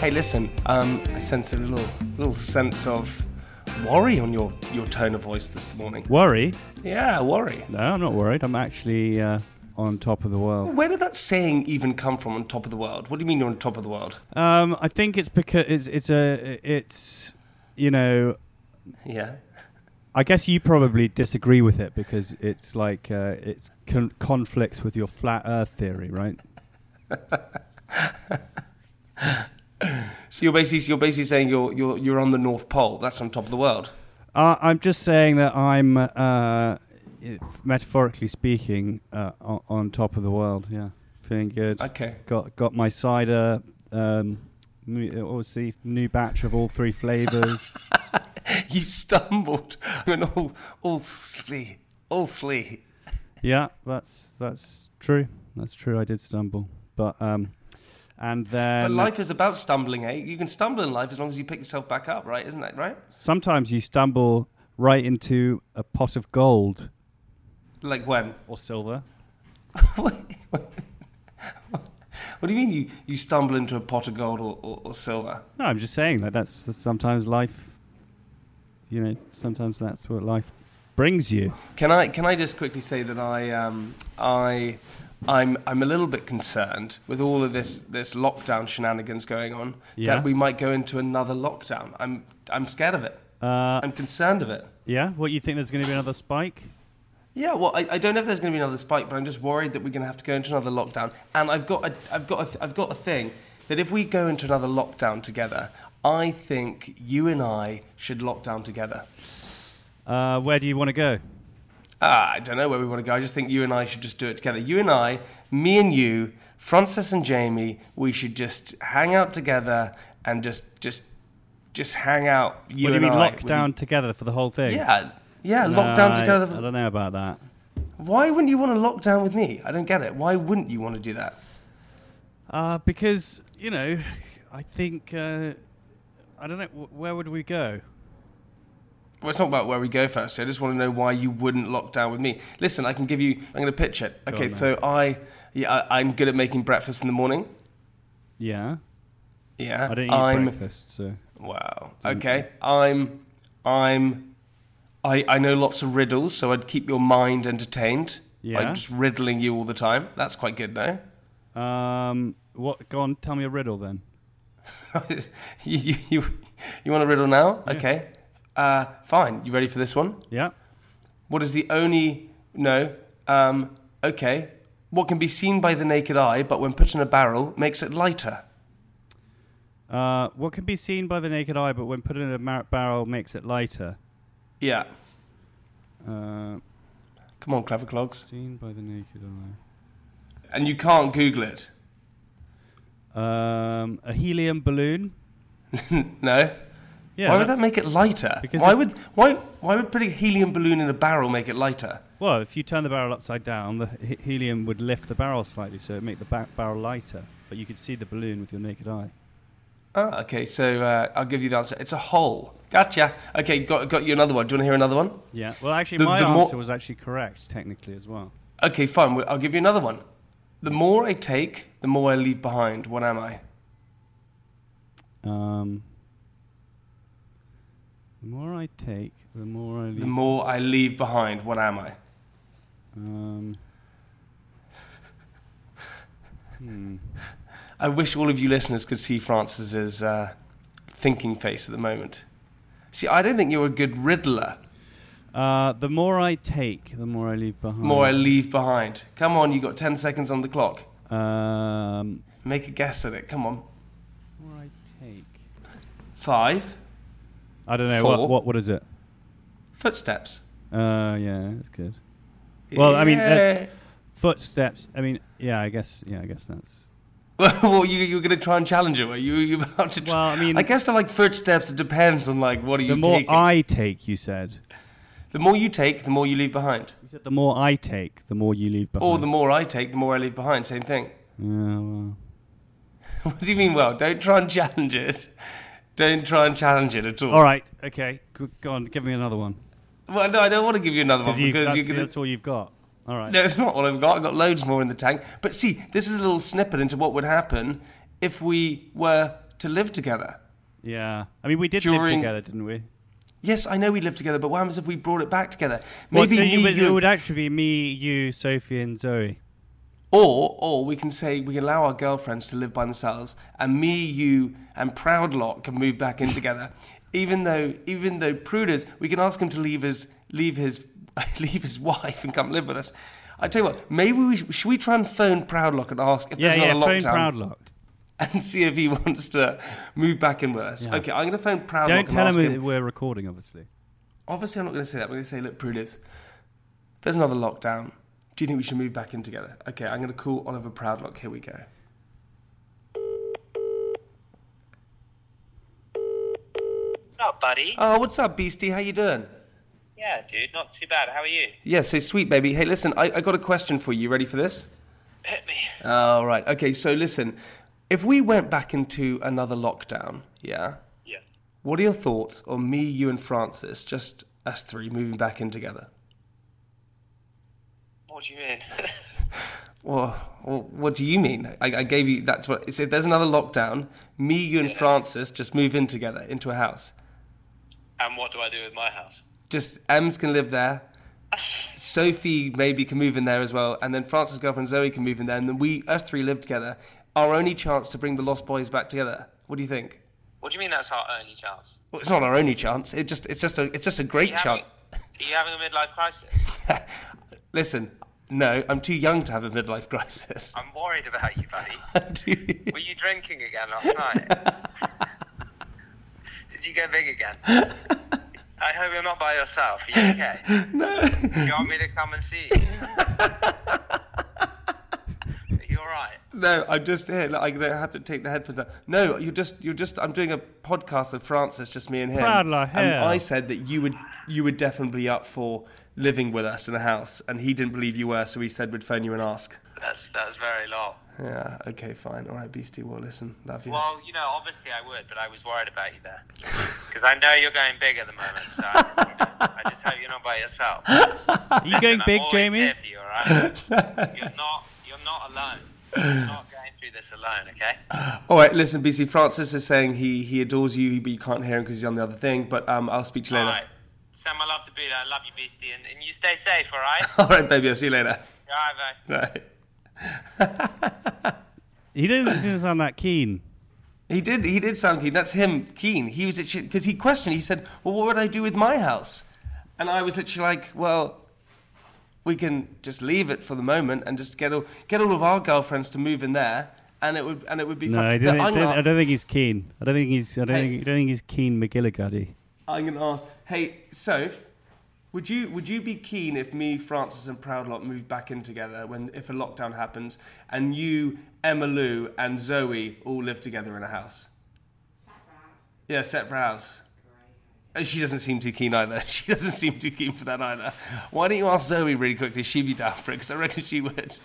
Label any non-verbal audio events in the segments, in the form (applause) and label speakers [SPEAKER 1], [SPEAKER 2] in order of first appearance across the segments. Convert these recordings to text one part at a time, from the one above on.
[SPEAKER 1] Hey, listen. Um, I sense a little little sense of worry on your your tone of voice this morning.
[SPEAKER 2] Worry?
[SPEAKER 1] Yeah, worry.
[SPEAKER 2] No, I'm not worried. I'm actually uh, on top of the world.
[SPEAKER 1] Where did that saying even come from? On top of the world? What do you mean you're on top of the world?
[SPEAKER 2] Um, I think it's because it's it's a it's you know
[SPEAKER 1] Yeah.
[SPEAKER 2] I guess you probably disagree with it because it's like uh, it's con- conflicts with your flat Earth theory, right?
[SPEAKER 1] So you're basically you're basically saying you're you're you're on the North Pole. That's on top of the world.
[SPEAKER 2] Uh, I'm just saying that I'm uh, i- metaphorically speaking uh, on, on top of the world. Yeah, feeling good.
[SPEAKER 1] Okay.
[SPEAKER 2] Got got my cider. Um, new, obviously, new batch of all three flavors.
[SPEAKER 1] (laughs) You stumbled (laughs) and all all slee all slee.
[SPEAKER 2] Yeah, that's that's true. That's true. I did stumble, but um, and then
[SPEAKER 1] But life is about stumbling, eh? You can stumble in life as long as you pick yourself back up, right? Isn't that right?
[SPEAKER 2] sometimes you stumble right into a pot of gold
[SPEAKER 1] Like when?
[SPEAKER 2] or silver.
[SPEAKER 1] what do you mean you, you stumble into a pot of gold or, or, or silver?
[SPEAKER 2] No, I'm just saying that that's that's sometimes life. You know, sometimes that's what life brings you.
[SPEAKER 1] Can I can I just quickly say that I um, I I'm I'm a little bit concerned with all of this this lockdown shenanigans going on
[SPEAKER 2] Yeah.
[SPEAKER 1] that we might go into another lockdown. I'm I'm scared of it.
[SPEAKER 2] Uh,
[SPEAKER 1] I'm concerned of it.
[SPEAKER 2] yeah. What you think? There's going to be another spike?
[SPEAKER 1] Yeah, well, I, I don't know if there's going to be another spike, but I'm just worried that we're going to have to go into another lockdown. And I've got a, I've got a th- I've got a thing that if we go into another lockdown together, I think you and I should lock down together.
[SPEAKER 2] Uh, where do you want to go?
[SPEAKER 1] Ah, I don't know where we want to go. I just think you and I should just do it together. You and I, me and you, Frances and Jamie, we should just hang out together and just just just hang out. You
[SPEAKER 2] what do you
[SPEAKER 1] and
[SPEAKER 2] mean
[SPEAKER 1] I
[SPEAKER 2] lockdown
[SPEAKER 1] with
[SPEAKER 2] together for the whole
[SPEAKER 1] the-
[SPEAKER 2] thing?
[SPEAKER 1] yeah, yeah,
[SPEAKER 2] No,
[SPEAKER 1] lockdown
[SPEAKER 2] I-
[SPEAKER 1] together.
[SPEAKER 2] I don't know about that.
[SPEAKER 1] Why wouldn't you want to lock down with me? I don't get it. Why wouldn't you want to do that?
[SPEAKER 2] Uh, because you know, I think uh, I don't know wh- where would we go.
[SPEAKER 1] Well, it's not about where we go first. I just want to know why you wouldn't lock down with me. Listen, I can give you. I'm going to pitch it. Okay,
[SPEAKER 2] on, then.
[SPEAKER 1] so I, yeah, I, I'm good at making breakfast in the morning.
[SPEAKER 2] Yeah,
[SPEAKER 1] Yeah,
[SPEAKER 2] I don't eat
[SPEAKER 1] am
[SPEAKER 2] breakfast, so
[SPEAKER 1] Wow. Okay. I'm. I'm. I, I know lots of riddles, so I'd keep your mind entertained by
[SPEAKER 2] Yeah.
[SPEAKER 1] just riddling you all the time. That's quite good, no? (laughs)
[SPEAKER 2] um, what? Go on, tell me a riddle then.
[SPEAKER 1] you, you, you, you want a riddle now? Okay. Uh, fine. You ready for this one?
[SPEAKER 2] Yeah,
[SPEAKER 1] What is the only. No. Um, okay. What can be seen by the naked eye, but when put in a barrel, makes it lighter?
[SPEAKER 2] uh, what can be seen by the naked eye, but when put in a mar- barrel makes it lighter.
[SPEAKER 1] Yeah.
[SPEAKER 2] Uh,
[SPEAKER 1] Come on, clever clogs.
[SPEAKER 2] seen by the naked eye.
[SPEAKER 1] And you can't Google it. (laughs)
[SPEAKER 2] Um, a helium balloon.
[SPEAKER 1] no?
[SPEAKER 2] Yeah,
[SPEAKER 1] why would
[SPEAKER 2] that's-
[SPEAKER 1] that make it lighter?
[SPEAKER 2] Because
[SPEAKER 1] why
[SPEAKER 2] if-
[SPEAKER 1] would why why would putting a helium balloon in a barrel make it lighter?
[SPEAKER 2] Well, if you turn the barrel upside down, the he- helium would lift the barrel slightly, so it'd make the back barrel lighter. But you could see the balloon with your naked eye.
[SPEAKER 1] Ah, okay. So uh, I'll give you the answer. It's a hole. Gotcha. Okay, got got you another one. Do you want to hear another one?
[SPEAKER 2] Yeah. Well, actually,
[SPEAKER 1] The-
[SPEAKER 2] my
[SPEAKER 1] the more-
[SPEAKER 2] answer was actually correct technically as well.
[SPEAKER 1] Okay, fine. well, I'll give you another one. The more I take, the more I leave behind. What am I?
[SPEAKER 2] Um, the more I take, the more I leave.
[SPEAKER 1] The more I leave behind. What am I?
[SPEAKER 2] um,
[SPEAKER 1] I wish all of you listeners could see Francis's uh, thinking face at the moment. See, I don't think you're a good riddler.
[SPEAKER 2] uh, the more I take, the more I leave behind.
[SPEAKER 1] The more I leave behind. Come on, you got ten seconds on the clock.
[SPEAKER 2] um,
[SPEAKER 1] Make a guess at it. Come on.
[SPEAKER 2] the more I take.
[SPEAKER 1] Five.
[SPEAKER 2] I don't know
[SPEAKER 1] Four.
[SPEAKER 2] what, what. What is it?
[SPEAKER 1] Footsteps.
[SPEAKER 2] Uh, yeah, that's good. Well, I mean, that's-
[SPEAKER 1] Yeah.
[SPEAKER 2] Footsteps. I mean, yeah, I guess. Yeah, I guess that's.
[SPEAKER 1] (laughs) well, you, you were going to try and challenge it, were you? (laughs) You were about to? Tr-
[SPEAKER 2] Well, I mean-
[SPEAKER 1] I guess the like first steps. It depends on like what are
[SPEAKER 2] The
[SPEAKER 1] you
[SPEAKER 2] more
[SPEAKER 1] taking.
[SPEAKER 2] I take, you said.
[SPEAKER 1] the more you take, the more you leave behind.
[SPEAKER 2] You said the more I take, the more you leave behind.
[SPEAKER 1] Or the more I take, the more I leave behind. Same thing. (laughs)
[SPEAKER 2] Yeah, well.
[SPEAKER 1] what do you mean? Well, don't try and challenge it. Don't try and challenge it at all.
[SPEAKER 2] All right. Okay. Go, go on. Give me another one.
[SPEAKER 1] Well, no, I don't want to give you another one
[SPEAKER 2] you,
[SPEAKER 1] Oh, because
[SPEAKER 2] that's,
[SPEAKER 1] you're going
[SPEAKER 2] that's all you've got. All
[SPEAKER 1] (laughs)
[SPEAKER 2] right.
[SPEAKER 1] No, it's not all I've got. I've got loads more in the tank. But see, this is a little snippet into what would happen if we were to live together.
[SPEAKER 2] Yeah. I mean, we did live
[SPEAKER 1] During-
[SPEAKER 2] together, didn't we?
[SPEAKER 1] Yes, I know we lived together, but what happens if we brought it back together?
[SPEAKER 2] Well,
[SPEAKER 1] Maybe
[SPEAKER 2] so you
[SPEAKER 1] me,
[SPEAKER 2] would-
[SPEAKER 1] you-
[SPEAKER 2] it would actually be me, you, Sophie, and Zoe.
[SPEAKER 1] or or we can say we allow our girlfriends to live by themselves, and me, you, and Proudlot can move back in
[SPEAKER 2] (laughs)
[SPEAKER 1] together. Even though even though Pruders, we can ask him to leave his leave his (laughs) leave his wife and come live with us. I tell you what, maybe we should we try and phone Proudlock and ask if
[SPEAKER 2] Yeah,
[SPEAKER 1] there's not
[SPEAKER 2] yeah.
[SPEAKER 1] another
[SPEAKER 2] Phone
[SPEAKER 1] lockdown.
[SPEAKER 2] Proudlock.
[SPEAKER 1] (laughs) and see if he wants to move back in with us.
[SPEAKER 2] Yeah.
[SPEAKER 1] Okay, I'm going to phone Proudlock
[SPEAKER 2] Don't
[SPEAKER 1] and
[SPEAKER 2] tell
[SPEAKER 1] ask
[SPEAKER 2] him,
[SPEAKER 1] him.
[SPEAKER 2] that we're recording,
[SPEAKER 1] (laughs)
[SPEAKER 2] obviously.
[SPEAKER 1] Obviously, I'm not going to say that. I'm going to say, look, Prudence, there's another lockdown. Do you think we should move back in together? Okay, I'm going to call Oliver Proudlock. Here we go.
[SPEAKER 3] What's up, buddy?
[SPEAKER 1] Oh, what's up, Beastie? How you doing?
[SPEAKER 3] Yeah, dude, not too bad. How are you?
[SPEAKER 1] Yeah, so sweet, baby. Hey, listen, I, I got a question for you. Ready for this?
[SPEAKER 3] Hit me.
[SPEAKER 1] All right. Okay, so listen, if we went back into another lockdown, yeah,
[SPEAKER 3] Yeah.
[SPEAKER 1] what are your thoughts on me, you, and Francis, just us three moving back in together?
[SPEAKER 3] What do you mean? (laughs)
[SPEAKER 1] Well, well, what do you mean? I, I gave you that's what. So if there's another lockdown, me, you, and Francis just move in together into a house.
[SPEAKER 3] and what do I do with my house?
[SPEAKER 1] Just Ems can live there. Sophie maybe can move in there as well, and then Francis' girlfriend Zoe can move in there, and then we us three live together. Our only chance to bring the Lost Boys back together. What do you think?
[SPEAKER 3] What do you mean that's our only chance?
[SPEAKER 1] Well, it's not our only chance. It just it's just a it's just a
[SPEAKER 3] Are
[SPEAKER 1] great
[SPEAKER 3] you,
[SPEAKER 1] chance.
[SPEAKER 3] having, are you having a midlife crisis?
[SPEAKER 1] Listen, no, I'm too young to have a midlife crisis. (laughs)
[SPEAKER 3] I'm worried about you, buddy.
[SPEAKER 1] I'm too-
[SPEAKER 3] Were you drinking again last (laughs) night? Did you go big (laughs) again? I hope you're not by yourself. Are you okay?
[SPEAKER 1] (laughs) no.
[SPEAKER 3] Do you want me to come and see (laughs) you? Are you alright?
[SPEAKER 1] No, I'm just here. Like, I don't have to take the headphones out. No, you're just, you're just. I'm doing a podcast with Francis, just me and him.
[SPEAKER 2] Proud like
[SPEAKER 1] and
[SPEAKER 2] hell.
[SPEAKER 1] I said that you would, you were definitely be up for living with us in a house, and he didn't believe you were, so he said we'd phone you and ask.
[SPEAKER 3] That's, that's very long.
[SPEAKER 1] Yeah. Okay. Fine. All right, Beastie. Well, listen. Love you.
[SPEAKER 3] Well, you know, obviously I would, but I was worried about you there (laughs) because I know you're going big at the moment. So I just, you know, I just hope you're not by yourself.
[SPEAKER 2] (laughs) Are you going
[SPEAKER 3] I'm
[SPEAKER 2] big,
[SPEAKER 3] always
[SPEAKER 2] Jamie?
[SPEAKER 3] Here for you, all right? you're not. You're not alone.
[SPEAKER 2] (laughs)
[SPEAKER 3] You're not going through this alone, okay?
[SPEAKER 1] All right. Listen, Beastie. Francis is saying he he adores you, but you can't hear him because he's on the other thing. But um, I'll speak to you
[SPEAKER 3] All
[SPEAKER 1] later.
[SPEAKER 3] right. Sam, I love to be there. I love you, Beastie, and, and you stay safe,
[SPEAKER 2] (laughs)
[SPEAKER 3] all right? all
[SPEAKER 1] (laughs) All right, baby. I'll see you later.
[SPEAKER 3] right, bye.
[SPEAKER 1] All right.
[SPEAKER 2] He didn't, didn't sound
[SPEAKER 1] (laughs)
[SPEAKER 2] that keen.
[SPEAKER 1] He did. He did sound keen. That's him, keen. He was actually because he questioned. He said, "Well, what would I do with my house?" And I was actually like, "Well, we can just leave it for the moment and just get all get all of our girlfriends to move in there, and it would and it would be
[SPEAKER 2] No,
[SPEAKER 1] fine."
[SPEAKER 2] I,
[SPEAKER 1] Look,
[SPEAKER 2] didn't,
[SPEAKER 1] I'm,
[SPEAKER 2] didn't- I
[SPEAKER 1] gonna,
[SPEAKER 2] don't think he's keen. I don't think he's. I don't,
[SPEAKER 1] Hey.
[SPEAKER 2] think, I don't think he's keen McGillicuddy.
[SPEAKER 1] I'm gonna ask. Hey, Soph, would you would you be keen if me, Francis, and Proudlot moved back in together when if a lockdown happens, and you, Emma Lou, and Zoe all live together in a house? Yeah, set brows. Uh, She doesn't seem too keen either. (laughs) She doesn't seem too keen for that either. Why don't you ask Zoe really quickly? if She'd be down for it because I reckon she would.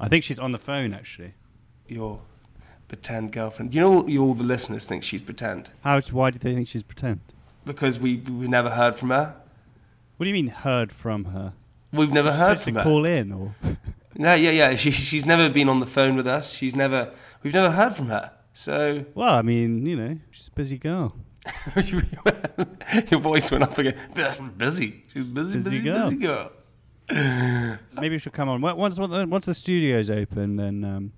[SPEAKER 2] I think she's on the phone actually.
[SPEAKER 1] Your pretend girlfriend. You know, you, all the listeners think she's pretend
[SPEAKER 2] How? Why do they think she's pretend?
[SPEAKER 1] because we we never heard from her.
[SPEAKER 2] What do you mean heard from her?
[SPEAKER 1] We've never heard from
[SPEAKER 2] Supposed to
[SPEAKER 1] her.
[SPEAKER 2] call in or? (laughs)
[SPEAKER 1] No, yeah, yeah. She, she's never been on the phone with us. She's never. We've never heard from her. So (laughs)
[SPEAKER 2] Well, I mean, you know, she's a busy girl.
[SPEAKER 1] your voice went up again. Busy. She's busy,
[SPEAKER 2] Busy
[SPEAKER 1] busy,
[SPEAKER 2] girl.
[SPEAKER 1] busy girl.
[SPEAKER 2] Maybe she'll come on Well, once once the studio's open. Then, um,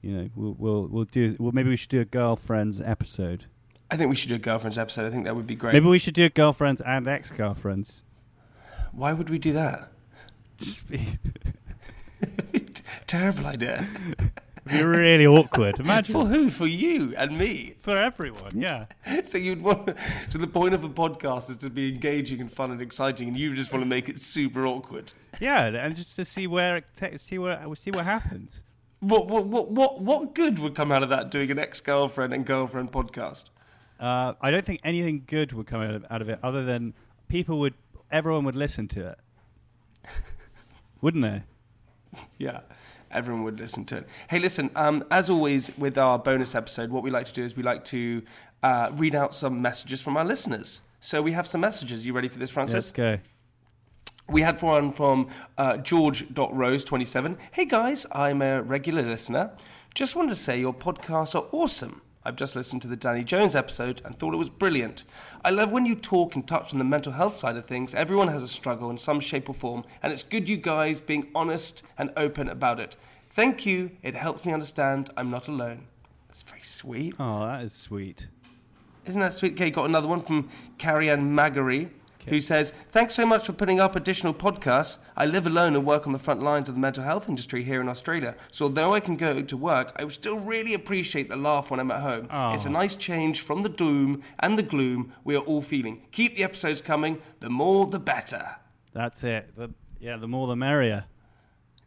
[SPEAKER 2] you know, we'll we'll, we'll do. Well, maybe we should do a girlfriends episode.
[SPEAKER 1] I think we should do a girlfriends episode. I think that would be great.
[SPEAKER 2] Maybe we should do girlfriends and ex girlfriends.
[SPEAKER 1] Why would we (laughs) do that? Terrible idea.
[SPEAKER 2] It'd be really
[SPEAKER 1] (laughs)
[SPEAKER 2] awkward.
[SPEAKER 1] For
[SPEAKER 2] Imagine
[SPEAKER 1] who? For you and me.
[SPEAKER 2] for everyone. Yeah.
[SPEAKER 1] So you'd want to the point of a podcast is to be engaging and fun and exciting, and you just want to make it super awkward.
[SPEAKER 2] Yeah, and just to see where it ta- see where see what happens.
[SPEAKER 1] What what what what what good would come out of that doing an ex girlfriend and girlfriend podcast?
[SPEAKER 2] Uh, I don't think anything good would come out of, out of it, other than people would, everyone would listen to
[SPEAKER 1] (laughs)
[SPEAKER 2] it, wouldn't they?
[SPEAKER 1] Yeah. Everyone would listen to it. Hey, listen, um, as always with our bonus episode, what we like to do is we like to uh, read out some messages from our listeners. So we have some messages. You ready for this, Francis?
[SPEAKER 2] Let's go.
[SPEAKER 1] We had one from uh, George.Rose27. Hey guys, I'm a regular listener. Just wanted to say your podcasts are awesome. I've just listened to the Danny Jones episode and thought it was brilliant. I love when you talk and touch on the mental health side of things. Everyone has a struggle in some shape or form, and it's good you guys being honest and open about it. Thank you. It helps me understand I'm not alone. That's very sweet.
[SPEAKER 2] Oh, that is sweet.
[SPEAKER 1] Isn't that sweet? Okay, got another one from Carrie Ann Maggery, who says, Thanks so much for putting up additional podcasts. I live alone and work on the front lines of the mental health industry here in Australia. So although I can go to work, I still really appreciate the laugh when I'm at home.
[SPEAKER 2] Oh.
[SPEAKER 1] It's a nice change from the doom and the gloom we are all feeling. Keep the episodes coming. The more, the better.
[SPEAKER 2] That's it. The, yeah, the more the merrier.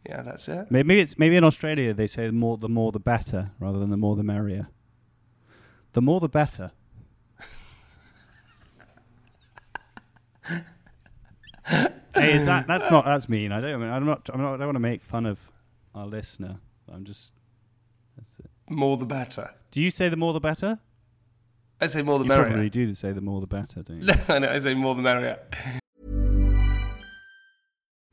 [SPEAKER 1] Yeah, that's it.
[SPEAKER 2] May- Maybe it's maybe in Australia they say the more the more the better rather than the more the merrier. The more
[SPEAKER 1] (laughs)
[SPEAKER 2] the better. hey, is that that's not that's mean. I don't. I mean, I'm not. I'm not. I don't want to make fun of our listener. I'm just. That's it.
[SPEAKER 1] More, the better.
[SPEAKER 2] Do you say the more the better?
[SPEAKER 1] I say more, the
[SPEAKER 2] You
[SPEAKER 1] merrier. (laughs)
[SPEAKER 2] probably do say the more the better, don't you?
[SPEAKER 1] I know, I say more, the merrier.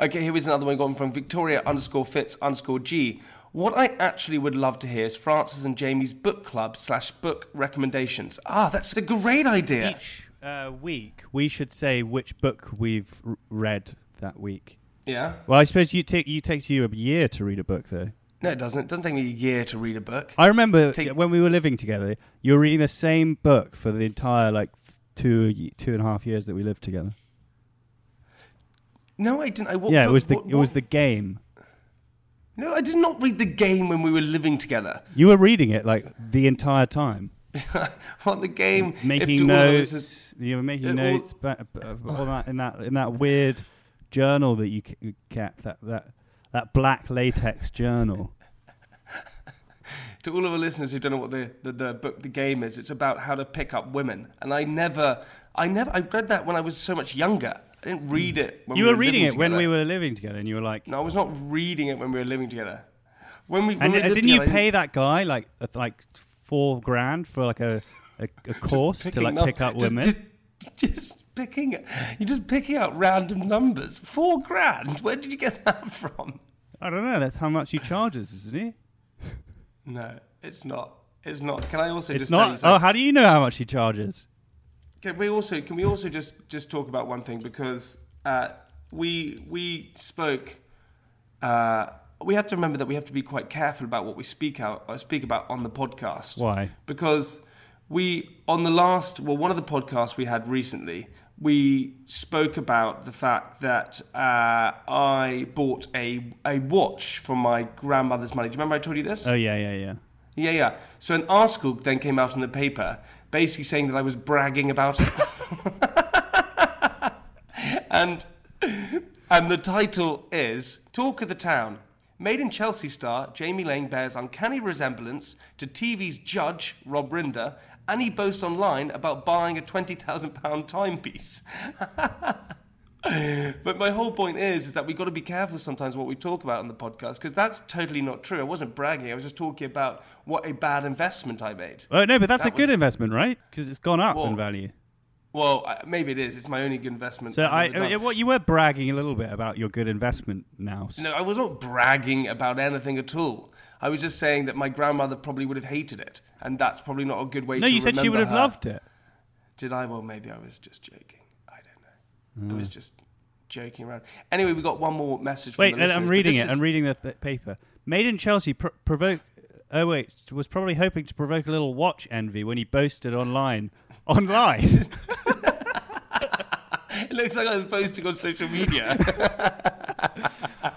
[SPEAKER 1] Okay, here is another one gone from Victoria underscore Fitz underscore G. What I actually would love to hear is Francis and Jamie's book club slash book recommendations. Ah, that's a great idea.
[SPEAKER 2] Each uh, week we should say which book we've r- read that week.
[SPEAKER 1] Yeah.
[SPEAKER 2] Well, I suppose you take you takes you a year to read a book though.
[SPEAKER 1] No, it doesn't. It doesn't take me a year to read a book.
[SPEAKER 2] I remember
[SPEAKER 1] Take-
[SPEAKER 2] when we were living together, you were reading the same book for the entire like two y- two and a half years that we lived together.
[SPEAKER 1] No, I didn't. I what,
[SPEAKER 2] yeah, it
[SPEAKER 1] book-
[SPEAKER 2] was the
[SPEAKER 1] what-
[SPEAKER 2] it was
[SPEAKER 1] what-
[SPEAKER 2] the game.
[SPEAKER 1] No, I did not read the game when we were living together. (laughs)
[SPEAKER 2] You were reading it like the entire time,
[SPEAKER 1] What the game? if to
[SPEAKER 2] making
[SPEAKER 1] all of us
[SPEAKER 2] notes.
[SPEAKER 1] is-
[SPEAKER 2] you were making
[SPEAKER 1] it all-
[SPEAKER 2] notes, ba- b- uh, all that in that in that weird journal that you c- kept that that that black latex journal.
[SPEAKER 1] to all of our listeners who don't know what the, the, the book the game is it's about how to pick up women and i never i never i read that when i was so much younger i didn't read it (laughs) when
[SPEAKER 2] You
[SPEAKER 1] we
[SPEAKER 2] were reading
[SPEAKER 1] living
[SPEAKER 2] it when
[SPEAKER 1] together.
[SPEAKER 2] we were living together, and you were like,
[SPEAKER 1] no i was not reading it when we were living together when we when
[SPEAKER 2] and
[SPEAKER 1] we
[SPEAKER 2] uh,
[SPEAKER 1] lived
[SPEAKER 2] didn't you
[SPEAKER 1] together, I
[SPEAKER 2] pay that guy like uh, like four grand for like a a, a course to
[SPEAKER 1] picking
[SPEAKER 2] like pick up
[SPEAKER 1] just-
[SPEAKER 2] women?
[SPEAKER 1] just, just picking you're just picking out random numbers four grand where did you get that (laughs) from
[SPEAKER 2] I don't know. That's how much he charges, isn't he?
[SPEAKER 1] no it's not it's not can i also
[SPEAKER 2] It's
[SPEAKER 1] just tell you
[SPEAKER 2] not.
[SPEAKER 1] something?
[SPEAKER 2] Oh, how do you know how much he charges?
[SPEAKER 1] Can we also can we also just just talk about one thing because uh, we we spoke. Uh, we have to remember that we have to be quite careful about what we speak out uh, speak about on the podcast.
[SPEAKER 2] Why?
[SPEAKER 1] Because we on the last well one of the podcasts we had recently we spoke about the fact that uh, I bought a a watch from my grandmother's money. Do you remember I told you this?
[SPEAKER 2] Oh yeah, yeah, yeah.
[SPEAKER 1] Yeah, yeah. So an article then came out in the paper basically saying that I was bragging about it. (laughs) and and the title is Talk of the Town. Made in Chelsea star Jamie Lane bears uncanny resemblance to TV's judge Rob Rinder, and he boasts online about buying a twenty thousand pound timepiece. (laughs) but my whole point is, is that we've got to be careful sometimes what we talk about on the podcast because that's totally not true. I wasn't bragging. I was just talking about what a bad investment I made.
[SPEAKER 2] Oh no, but that's
[SPEAKER 1] That
[SPEAKER 2] a good
[SPEAKER 1] was-
[SPEAKER 2] investment, right? Because it's gone up
[SPEAKER 1] Well,
[SPEAKER 2] in value.
[SPEAKER 1] Well, I- maybe it is. It's my only good investment.
[SPEAKER 2] So
[SPEAKER 1] I've
[SPEAKER 2] I,
[SPEAKER 1] ever done.
[SPEAKER 2] uh, what you were bragging a little bit about your good investment now. s-
[SPEAKER 1] No, I was not bragging about anything at all. I was just saying that my grandmother probably would have hated it, and that's probably not a good way.
[SPEAKER 2] No,
[SPEAKER 1] to
[SPEAKER 2] you said she
[SPEAKER 1] remember
[SPEAKER 2] would
[SPEAKER 1] her.
[SPEAKER 2] have loved it.
[SPEAKER 1] Did I? Well, maybe I was just joking. I don't know. I was
[SPEAKER 2] Hmm.
[SPEAKER 1] just joking around. Anyway, we got one more message.
[SPEAKER 2] Wait,
[SPEAKER 1] from the
[SPEAKER 2] and I'm
[SPEAKER 1] listeners, but
[SPEAKER 2] reading
[SPEAKER 1] this
[SPEAKER 2] it. I'm
[SPEAKER 1] is-
[SPEAKER 2] reading the, the paper. Made in Chelsea pro- provoke. Oh wait, was probably hoping to provoke a little watch envy when he boasted online. (laughs)
[SPEAKER 1] (laughs) (laughs)
[SPEAKER 2] Online.
[SPEAKER 1] it looks like I was posting on social media.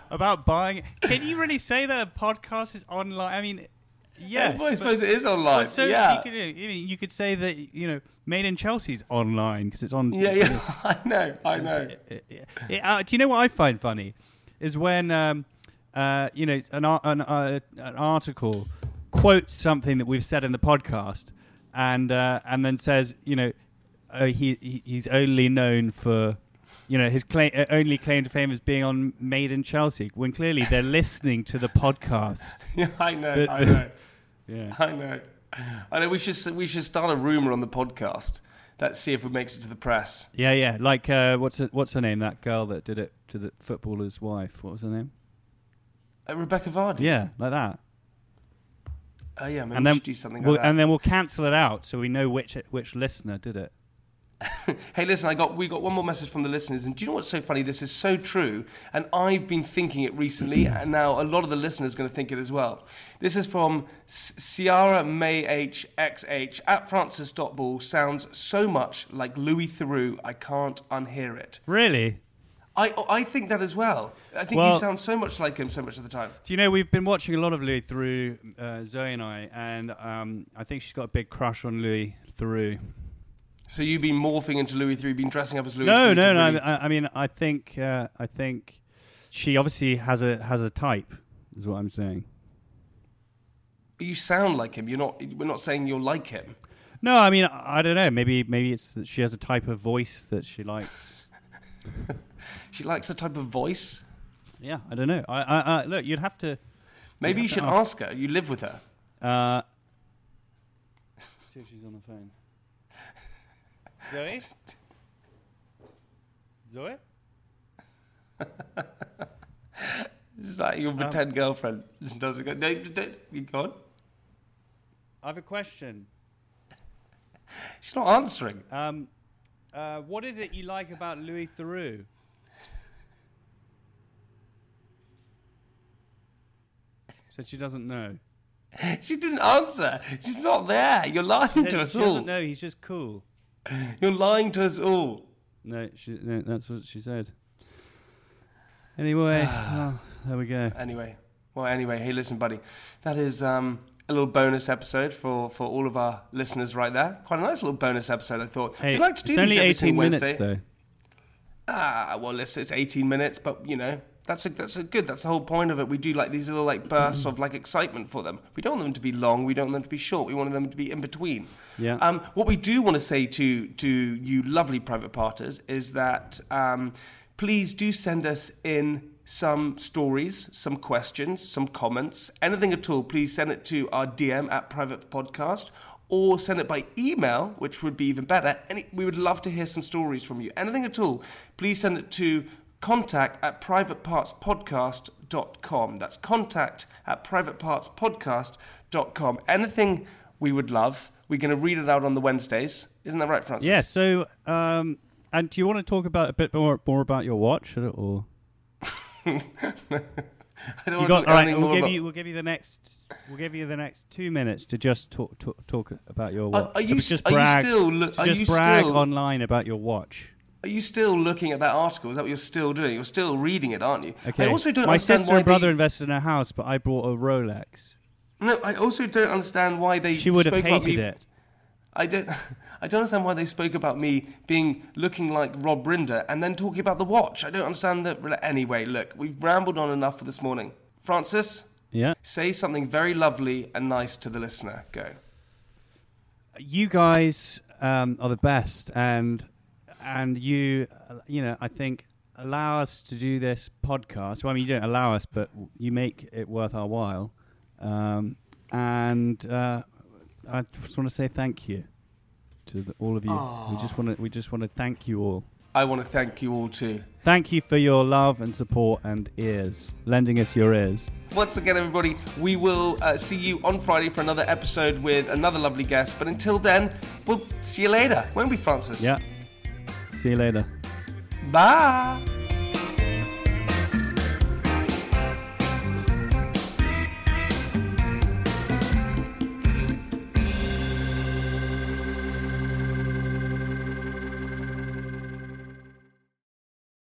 [SPEAKER 2] about buying. Can you really say that a podcast is online? I mean, (laughs)
[SPEAKER 1] (laughs)
[SPEAKER 2] yes.
[SPEAKER 1] well, I
[SPEAKER 2] but-
[SPEAKER 1] suppose it is online.
[SPEAKER 2] but so
[SPEAKER 1] yeah.
[SPEAKER 2] you could, I mean, you could say that you know, made in Chelsea's online because it's on.
[SPEAKER 1] yeah, yeah,
[SPEAKER 2] (laughs)
[SPEAKER 1] (laughs) I know, I know.
[SPEAKER 2] Yeah, uh, do you know what I find funny is when um, uh, you know an, ar- an, uh, an article quotes something that we've said in the podcast, and uh, and then says you know uh, he, he he's only known for you know his claim uh, only claim to fame is being on Made in Chelsea when clearly they're listening to the podcast.
[SPEAKER 1] Yeah, I know,
[SPEAKER 2] But-
[SPEAKER 1] I know.
[SPEAKER 2] Yeah.
[SPEAKER 1] I know. I know. We should we should start a rumor on the podcast. Let's see if it makes it to the press.
[SPEAKER 2] Yeah, yeah. Like uh, what's her, what's her name? That girl that did it to the footballer's wife. What was her name?
[SPEAKER 1] Uh, Rebecca Vardy.
[SPEAKER 2] Yeah, like that.
[SPEAKER 1] Oh yeah, maybe
[SPEAKER 2] and
[SPEAKER 1] we
[SPEAKER 2] then
[SPEAKER 1] should do something
[SPEAKER 2] we'll,
[SPEAKER 1] like that.
[SPEAKER 2] and then we'll cancel it out so we know which which listener did it.
[SPEAKER 1] hey, listen, I got we got one more message from the listeners, and do you know what's so funny? This is so true, and I've been thinking it
[SPEAKER 2] (clears throat)
[SPEAKER 1] recently, and now a lot of the listeners are going to think it as well. This is from S- Ciara May H X H at Francis Dot Ball. Sounds so much like Louis Theroux, I can't unhear it.
[SPEAKER 2] Really?
[SPEAKER 1] I I think that as well. I think you
[SPEAKER 2] Well-
[SPEAKER 1] sound so much like him so much of the time.
[SPEAKER 2] Do you know we've been watching a lot of Louis Theroux, uh, Zoe and I, and um, I think she's got a big crush on Louis Theroux.
[SPEAKER 1] So you've been morphing into Louis Theroux, been dressing up as Louis.
[SPEAKER 2] No,
[SPEAKER 1] Theroux to
[SPEAKER 2] no, no.
[SPEAKER 1] really-
[SPEAKER 2] I, I mean, I think uh, I think she obviously has a has a type. Is what I'm saying.
[SPEAKER 1] You sound like him. You're not. We're not saying you're like him.
[SPEAKER 2] No, I mean, I I don't know. Maybe maybe it's that she has a type of voice that she likes.
[SPEAKER 1] She likes the type of voice.
[SPEAKER 2] yeah, I don't know. I, I, I look, you'd have to.
[SPEAKER 1] Maybe you should ask her. You live with her.
[SPEAKER 2] Uh, (laughs) see if she's on the phone. (laughs) Zoe? Zoe?
[SPEAKER 1] It's like
[SPEAKER 2] Um,
[SPEAKER 1] your pretend girlfriend. Just doesn't go. No, d- d- you go on.
[SPEAKER 2] I have a question.
[SPEAKER 1] She's not answering. (laughs)
[SPEAKER 2] Um, uh, what is it you like about Louis Theroux? Said she doesn't know.
[SPEAKER 1] She didn't answer. She's not there. You're lying
[SPEAKER 2] Said
[SPEAKER 1] to us
[SPEAKER 2] she doesn't
[SPEAKER 1] all.
[SPEAKER 2] know. He's just cool.
[SPEAKER 1] You're lying to us all.
[SPEAKER 2] No, she, no, that's what she said. (sighs) Anyway, well, there we go.
[SPEAKER 1] Anyway, well, anyway, hey, listen, buddy. That is um, a little bonus episode for for all of our listeners right there. Quite a nice little bonus episode, I thought.
[SPEAKER 2] Hey,
[SPEAKER 1] We'd like to do
[SPEAKER 2] it's
[SPEAKER 1] these
[SPEAKER 2] only
[SPEAKER 1] every single
[SPEAKER 2] 18 minutes
[SPEAKER 1] Wednesday.
[SPEAKER 2] though.
[SPEAKER 1] Ah, well, it's, it's 18 minutes, but you know, that's a, that's a good. That's the whole point of it. We do like these little like bursts of like excitement for them. We don't want them to be long. We don't want them to be short. We want them to be in between.
[SPEAKER 2] Yeah.
[SPEAKER 1] Um, what we do want to say to to you, lovely private parters, is that um, please do send us in some stories, some questions, some comments, anything at all. Please send it to our DM at private podcast. Or send it by email, which would be even better. Any, we would love to hear some stories from you. Anything at all, please send it to contact at privatepartspodcast.com. That's contact at privatepartspodcast.com. Anything we would love. We're going to read it out on the Wednesdays. Isn't that right, Francis?
[SPEAKER 2] Yeah. So, um, and do you want to talk about a bit more more about your watch at all?
[SPEAKER 1] (laughs) I don't
[SPEAKER 2] You
[SPEAKER 1] want
[SPEAKER 2] got
[SPEAKER 1] to
[SPEAKER 2] all
[SPEAKER 1] all
[SPEAKER 2] right.
[SPEAKER 1] anything
[SPEAKER 2] We'll
[SPEAKER 1] more
[SPEAKER 2] give
[SPEAKER 1] about-
[SPEAKER 2] you we'll give you the next we'll give you the next two minutes to just talk talk, talk about your watch.
[SPEAKER 1] Are- are you
[SPEAKER 2] To
[SPEAKER 1] s-
[SPEAKER 2] just
[SPEAKER 1] are you
[SPEAKER 2] brag,
[SPEAKER 1] still lo-
[SPEAKER 2] to
[SPEAKER 1] are
[SPEAKER 2] just
[SPEAKER 1] you
[SPEAKER 2] brag
[SPEAKER 1] still-
[SPEAKER 2] online about your watch?
[SPEAKER 1] Are you still looking at that article? Is that what you're still doing? You're still reading it, aren't you?
[SPEAKER 2] Okay.
[SPEAKER 1] I also don't
[SPEAKER 2] My
[SPEAKER 1] understand
[SPEAKER 2] sister
[SPEAKER 1] why
[SPEAKER 2] and brother
[SPEAKER 1] they-
[SPEAKER 2] invested in a house, but I bought a Rolex.
[SPEAKER 1] No, I also don't understand why they
[SPEAKER 2] She would have
[SPEAKER 1] spoke about
[SPEAKER 2] hated
[SPEAKER 1] me-
[SPEAKER 2] it.
[SPEAKER 1] I don't. (laughs) I don't understand why they spoke about me being looking like Rob Brinder and then talking about the watch. I don't understand that. Anyway, look, we've rambled on enough for this morning. Francis,
[SPEAKER 2] Yeah.
[SPEAKER 1] say something very lovely and nice to the listener. Go.
[SPEAKER 2] you guys um, are the best, and and you, uh, you know, I think allow us to do this podcast. Well, I mean, you don't allow us, but you make it worth our while. Um, and uh, I just want to say thank you to the, all of you. We just want to we just want to thank you all.
[SPEAKER 1] I want to thank you all too.
[SPEAKER 2] Thank you for your love and support and ears, lending us your ears.
[SPEAKER 1] Once again, everybody, we will uh, see you on Friday for another episode with another lovely guest. But until then, we'll see you later, won't we, Francis?
[SPEAKER 2] Yeah. See you later.
[SPEAKER 1] Bye.